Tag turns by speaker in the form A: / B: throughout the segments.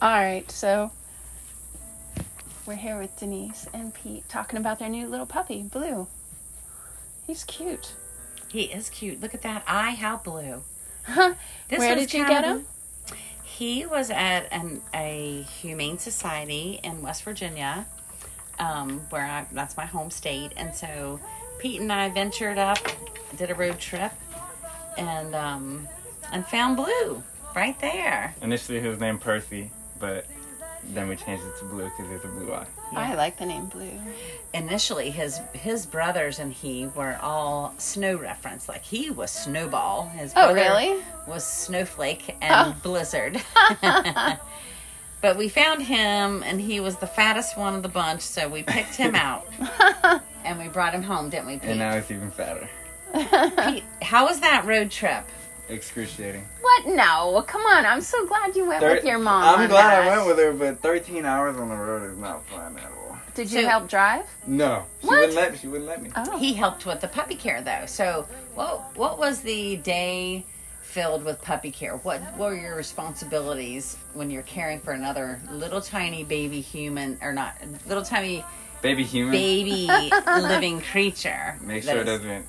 A: All right, so we're here with Denise and Pete talking about their new little puppy, Blue. He's cute.
B: He is cute. Look at that eye. How blue.
A: Huh?
B: This
A: Where
B: one's
A: did you
B: kind
A: get
B: of-
A: him?
B: He was at an, a humane society in West Virginia, um, where I, that's my home state. And so Pete and I ventured up, did a road trip, and um, and found Blue right there.
C: Initially, he was named Percy, but then we changed it to Blue because he has a blue eye.
A: I like the name Blue.
B: Initially, his his brothers and he were all snow reference. Like he was Snowball. His
A: Oh,
B: brother
A: really?
B: was Snowflake and Blizzard. but we found him, and he was the fattest one of the bunch, so we picked him out. and we brought him home, didn't we, Pete?
C: And uh, now he's even fatter.
B: Pete, how was that road trip?
C: Excruciating.
A: What? No, come on. I'm so glad you went with
C: Thir-
A: your mom.
C: I'm
A: on
C: glad
A: that.
C: I went with her, but 13 hours on the road is not fun at all.
A: Did you
B: So-
A: help drive?
C: No, she
A: What?
C: wouldn't let. She wouldn't let me.
A: Oh,
B: He helped with the puppy care, though. So, what what was the day filled with puppy care? What were your responsibilities when you're caring for another little tiny baby human, or not little tiny
C: Baby human,
B: baby living creature?
C: make
B: that
C: sure it
B: is-
C: doesn't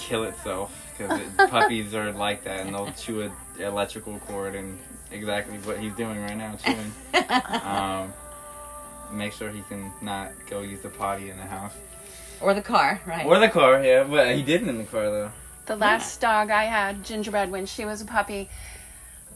C: kill itself because it, puppies are like that, and they'll chew an electrical cord, and exactly what he's doing right now, chewing. um, make sure he can not go use the potty in the house
B: or the car, right?
C: or the car. Yeah, but he didn't in the car though.
A: the last dog I had, Gingerbread, when she was a puppy.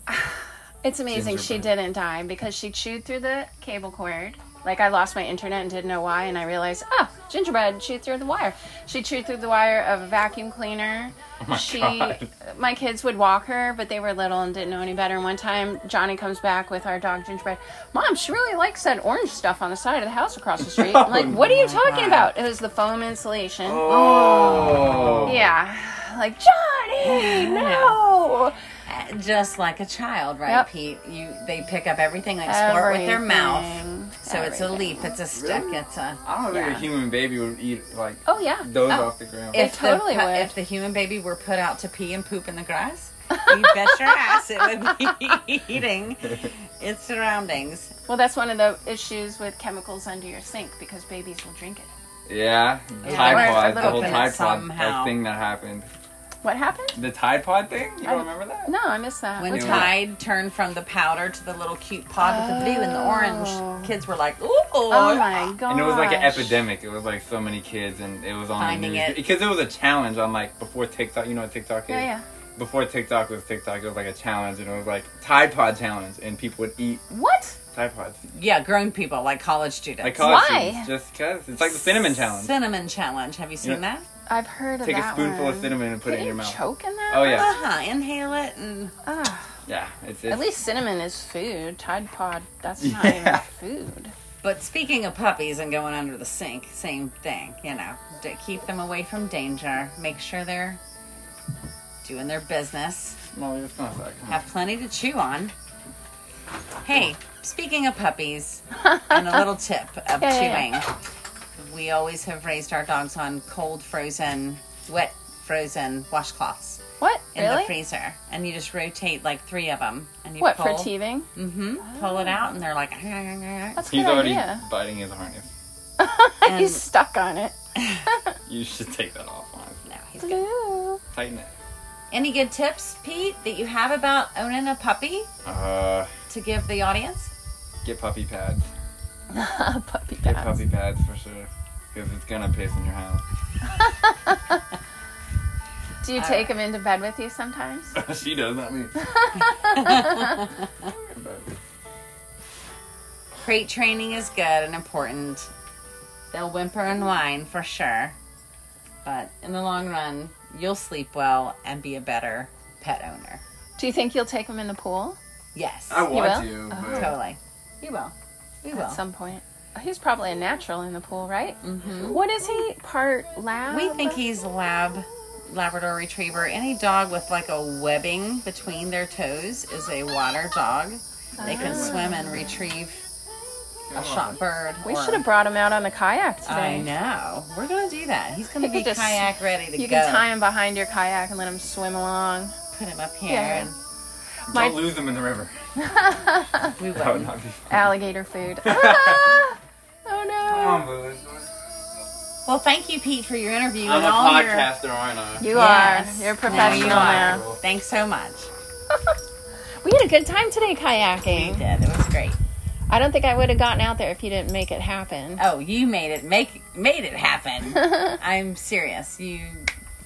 A: It's amazing she
C: Gingerbread.
A: didn't die because she chewed through the cable cord. Like I lost my internet and didn't know why, and I realized, oh, Gingerbread chewed through the wire. She chewed through the wire of a vacuum cleaner.
C: Oh my
A: she,
C: God.
A: my kids would walk her, but they were little and didn't know any better. And one time, Johnny comes back with our dog Gingerbread. Mom, she really likes that orange stuff on the side of the house across the street. I'm like,
C: Oh,
A: what are you talking
C: my.
A: about? It was the foam insulation.
C: Oh,
A: Yeah. Like, Johnny, no.
B: just like a child, right,
A: Yep.
B: Pete? You they pick up everything like sport with their mouth.
A: Everything,
B: So it's a
A: everything.
B: leap, it's a stick,
C: Really?
B: it's a.
C: I don't think
A: Yeah.
C: a human baby would eat like
A: Oh, yeah.
C: those
B: Oh.
C: off the ground.
B: If
A: totally
B: the, pu-
A: would.
B: if the human baby were put out to pee and poop in the grass, you bet your ass it would be eating its surroundings.
A: Well, that's one of the issues with chemicals under your sink because babies will drink it.
C: yeah,
B: Yeah.
A: Or a
C: Tide Pod, the
A: little
C: whole
A: bit
C: Tide Pod
B: somehow.
C: like, thing that happened.
A: What happened?
C: The Tide Pod thing? You
A: I-
C: don't remember that?
A: No, I missed that.
B: When
A: What's
C: Yeah.
A: that?
B: Tide turned from the powder to the little cute pod with the blue and the
A: Oh.
B: orange, kids were like, "Ooh!"
A: Oh my god.
C: And it was like an epidemic. It was like so many kids, and it was on
B: Finding
C: the news.
B: it.
C: because it was a challenge on like before TikTok. You know what TikTok is?
A: Yeah, yeah.
C: Before TikTok was TikTok, it was like a challenge, and it was like Tide Pod challenge, and people would eat
A: What?
C: Tide Pods.
B: Yeah, grown people like college students.
C: Like college
A: Why?
C: students, just cause it's like the cinnamon challenge.
B: Cinnamon challenge. Have you seen
C: You know-
B: that?
A: I've heard of
C: Take a
A: that
C: spoonful
A: one.
C: of cinnamon and put
A: Can
C: it in
A: you
C: your mouth.
A: choke in that?
C: Oh, yeah.
B: Uh-huh. Inhale it and
A: Ah,
C: Yeah, it's, it's
A: at least cinnamon is food. Tide Pod, that's not
C: Yeah.
A: even food.
B: But speaking of puppies and going under the sink, same thing, you know. D- keep them away from danger. Make sure they're doing their business.
C: No, it's not that. Come on.
B: Have plenty to chew on. Hey, speaking of puppies, and a little tip of
A: Yeah, yeah,
B: chewing. We always have raised our dogs on cold, frozen, wet, frozen washcloths
A: What?
B: in
A: really?
B: the freezer, and you just rotate like three of them, and you
A: what,
B: pull,
A: for teething?
B: hmm pull it out, and they're like. and
A: That's a
C: He's
A: good
C: already
A: idea.
C: biting his harness.
A: He's stuck on it.
C: You should take that off. honestly.
B: no, he's good.
A: Blue.
C: Tighten it.
B: Any good tips, Pete, that you have about owning a puppy
C: Uh,
B: to give the audience?
C: get puppy pads.
A: puppy
C: Get
A: pads.
C: puppy pads for sure, because it's gonna piss in your house.
A: Do you
B: All
A: take him into bed with you sometimes?
C: she does, not me.
B: Crate training is good and important. They'll whimper and whine for sure. But in the long run, you'll sleep well and be a better pet owner.
A: Do you think you'll take him in the pool
B: Yes.
C: I want
A: will?
C: to,
A: Oh.
C: but
B: Totally. You will. We will.
A: at some point? He's probably a natural in the pool, right?
B: Mhm.
A: What is he? Part lab?
B: We think he's a lab Labrador retriever. Any dog with like a webbing between their toes is a water dog. They can swim and retrieve a shot bird.
A: We
B: or-
A: should have brought him out on a kayak
B: I
A: today.
B: know. We're gonna do that. He's gonna
A: You
B: be
A: could just-
B: kayak ready to
A: You
B: go.
A: can tie him behind your kayak and let him swim along.
B: Put him up here.
A: Yeah.
B: And
A: My-
C: Don't lose them in the river.
B: We
C: That would
B: will.
C: not be fun.
A: Alligator food. Ah! oh
C: Come
A: no.
C: on, booze.
B: Well, thank you, Pete, for your interview
C: I'm
B: and
C: a
B: all your-
C: podcaster, aren't I?
A: You
B: Yes.
A: are. You're a
B: Now you
A: professional
B: are.
A: now.
B: Thanks so much.
A: We had a good time today
B: You
A: kayaking.
B: did. It was great.
A: I don't think I would have gotten out there if you didn't make it happen.
B: Oh, you made it make made it happen. I'm serious. You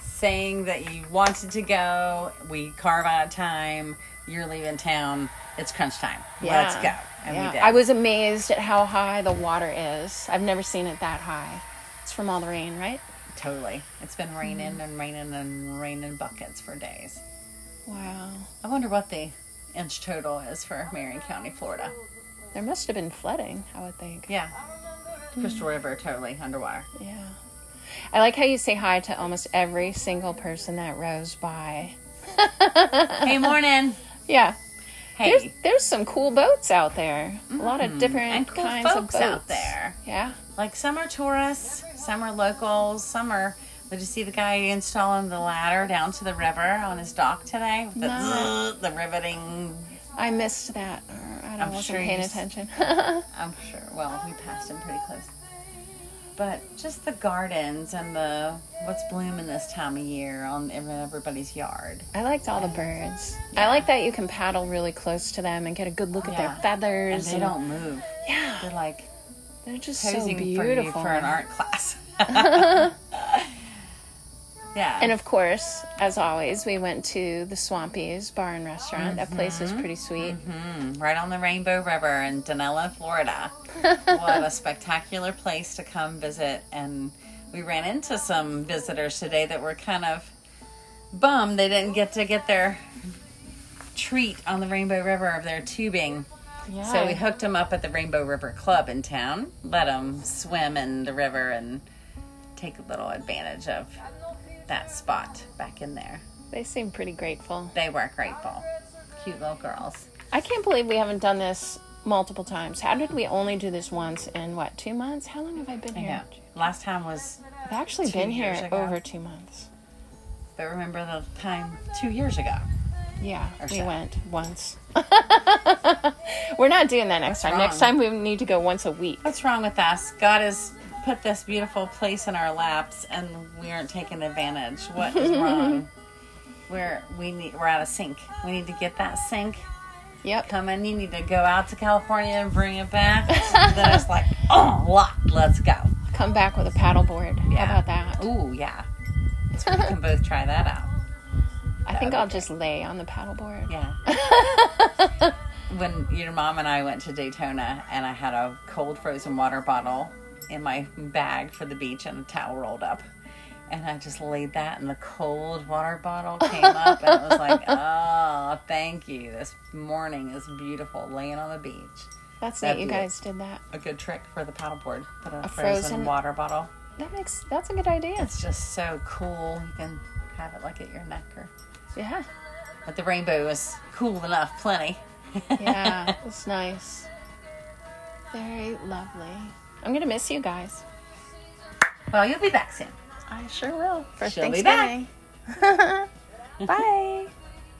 B: saying that you wanted to go. We carve out time. You're leaving town. It's crunch time.
A: Yeah.
B: Let's go. And we
A: Yeah.
B: did.
A: I was amazed at how high the water is. I've never seen it that high. It's from all the rain, right?
B: totally. It's been
A: Mm-hmm.
B: raining and raining and raining buckets for days.
A: Wow.
B: I wonder what the inch total is for Marion County, Florida.
A: There must have been flooding, I would think.
B: Yeah. Crystal River totally underwater.
A: Yeah. I like how you say hi to almost every single person that rows by.
B: hey, morning.
A: Yeah.
B: Hey. Mm.
A: There's, there's some cool boats out there. A lot of different
B: and cool
A: kinds
B: folks
A: of boats
B: out there.
A: Yeah.
B: Like some are tourists, some are locals, some are. Did you see the guy installing the ladder down to the river on his dock today? With the,
A: No.
B: the riveting.
A: I missed that. Or I don't,
B: I'm
A: wasn't
B: sure you
A: paying
B: s-
A: attention.
B: I'm sure. Well, we passed him pretty close. But just the gardens and the what's blooming this time of year on in everybody's yard.
A: I liked all the birds. I like that you can paddle really close to them and get a good look at
B: Yeah.
A: their
B: And
A: feathers.
B: they don't move.
A: Yeah.
B: They're like
A: They're just so
B: posing for you
A: beautiful.
B: for an art class. yeah.
A: And of course, as always, we went to the Swampies Bar and Restaurant. That place
B: Mm-hmm.
A: was pretty sweet.
B: right on the Rainbow River in Donella, Florida. what a spectacular place to come visit. And we ran into some visitors today that were kind of bummed they didn't get to get their treat on the Rainbow River of their tubing.
A: Yeah.
B: So we hooked them up at the Rainbow River Club in town, let them swim in the river and take a little advantage of that spot back in there.
A: they seem pretty grateful.
B: They were grateful. Cute little girls.
A: I can't believe we haven't done this multiple times. How did we only do this once in what, two months? How long have I been
B: I know.
A: here?
B: Last time was
A: I've actually
B: Two
A: been here
B: years ago.
A: over two months.
B: But remember the time two years ago.
A: Yeah, we
B: so.
A: went once. We're not doing that next
B: That's
A: time. Next time
B: wrong.
A: we need to go once a week.
B: What's wrong with us? God has put this beautiful place in our laps, and we aren't taking advantage. What is wrong? we're we need we're out of sync. We need to get that sync
A: Yep.
B: coming. You need to go out to California and bring it back. then it's like, oh, locked. Let's go.
A: Come back with a paddleboard.
B: Yeah.
A: How about that?
B: Ooh, yeah. So we can both try that out.
A: I think
B: would
A: I'll just lay on the paddleboard.
B: Yeah. when your mom and I went to Daytona, and I had a cold frozen water bottle in my bag for the beach and a towel rolled up. And I just laid that, and the cold water bottle came up, and it was like, oh, thank you. This morning is beautiful, laying on the beach.
A: That's
B: That'd
A: neat. You
B: be it.
A: guys did that.
B: A good trick for the paddleboard, but a,
A: A
B: frozen,
A: frozen-
B: water bottle.
A: That makes that's a good idea.
B: It's just so cool. You can have it like at your neck, or
A: Yeah.
B: but the rainbow is cool enough, plenty.
A: Yeah. it's nice. Very lovely. I'm gonna miss you guys.
B: Well, you'll be back soon.
A: I sure will. For
B: She'll be
A: Thanksgiving. Bye.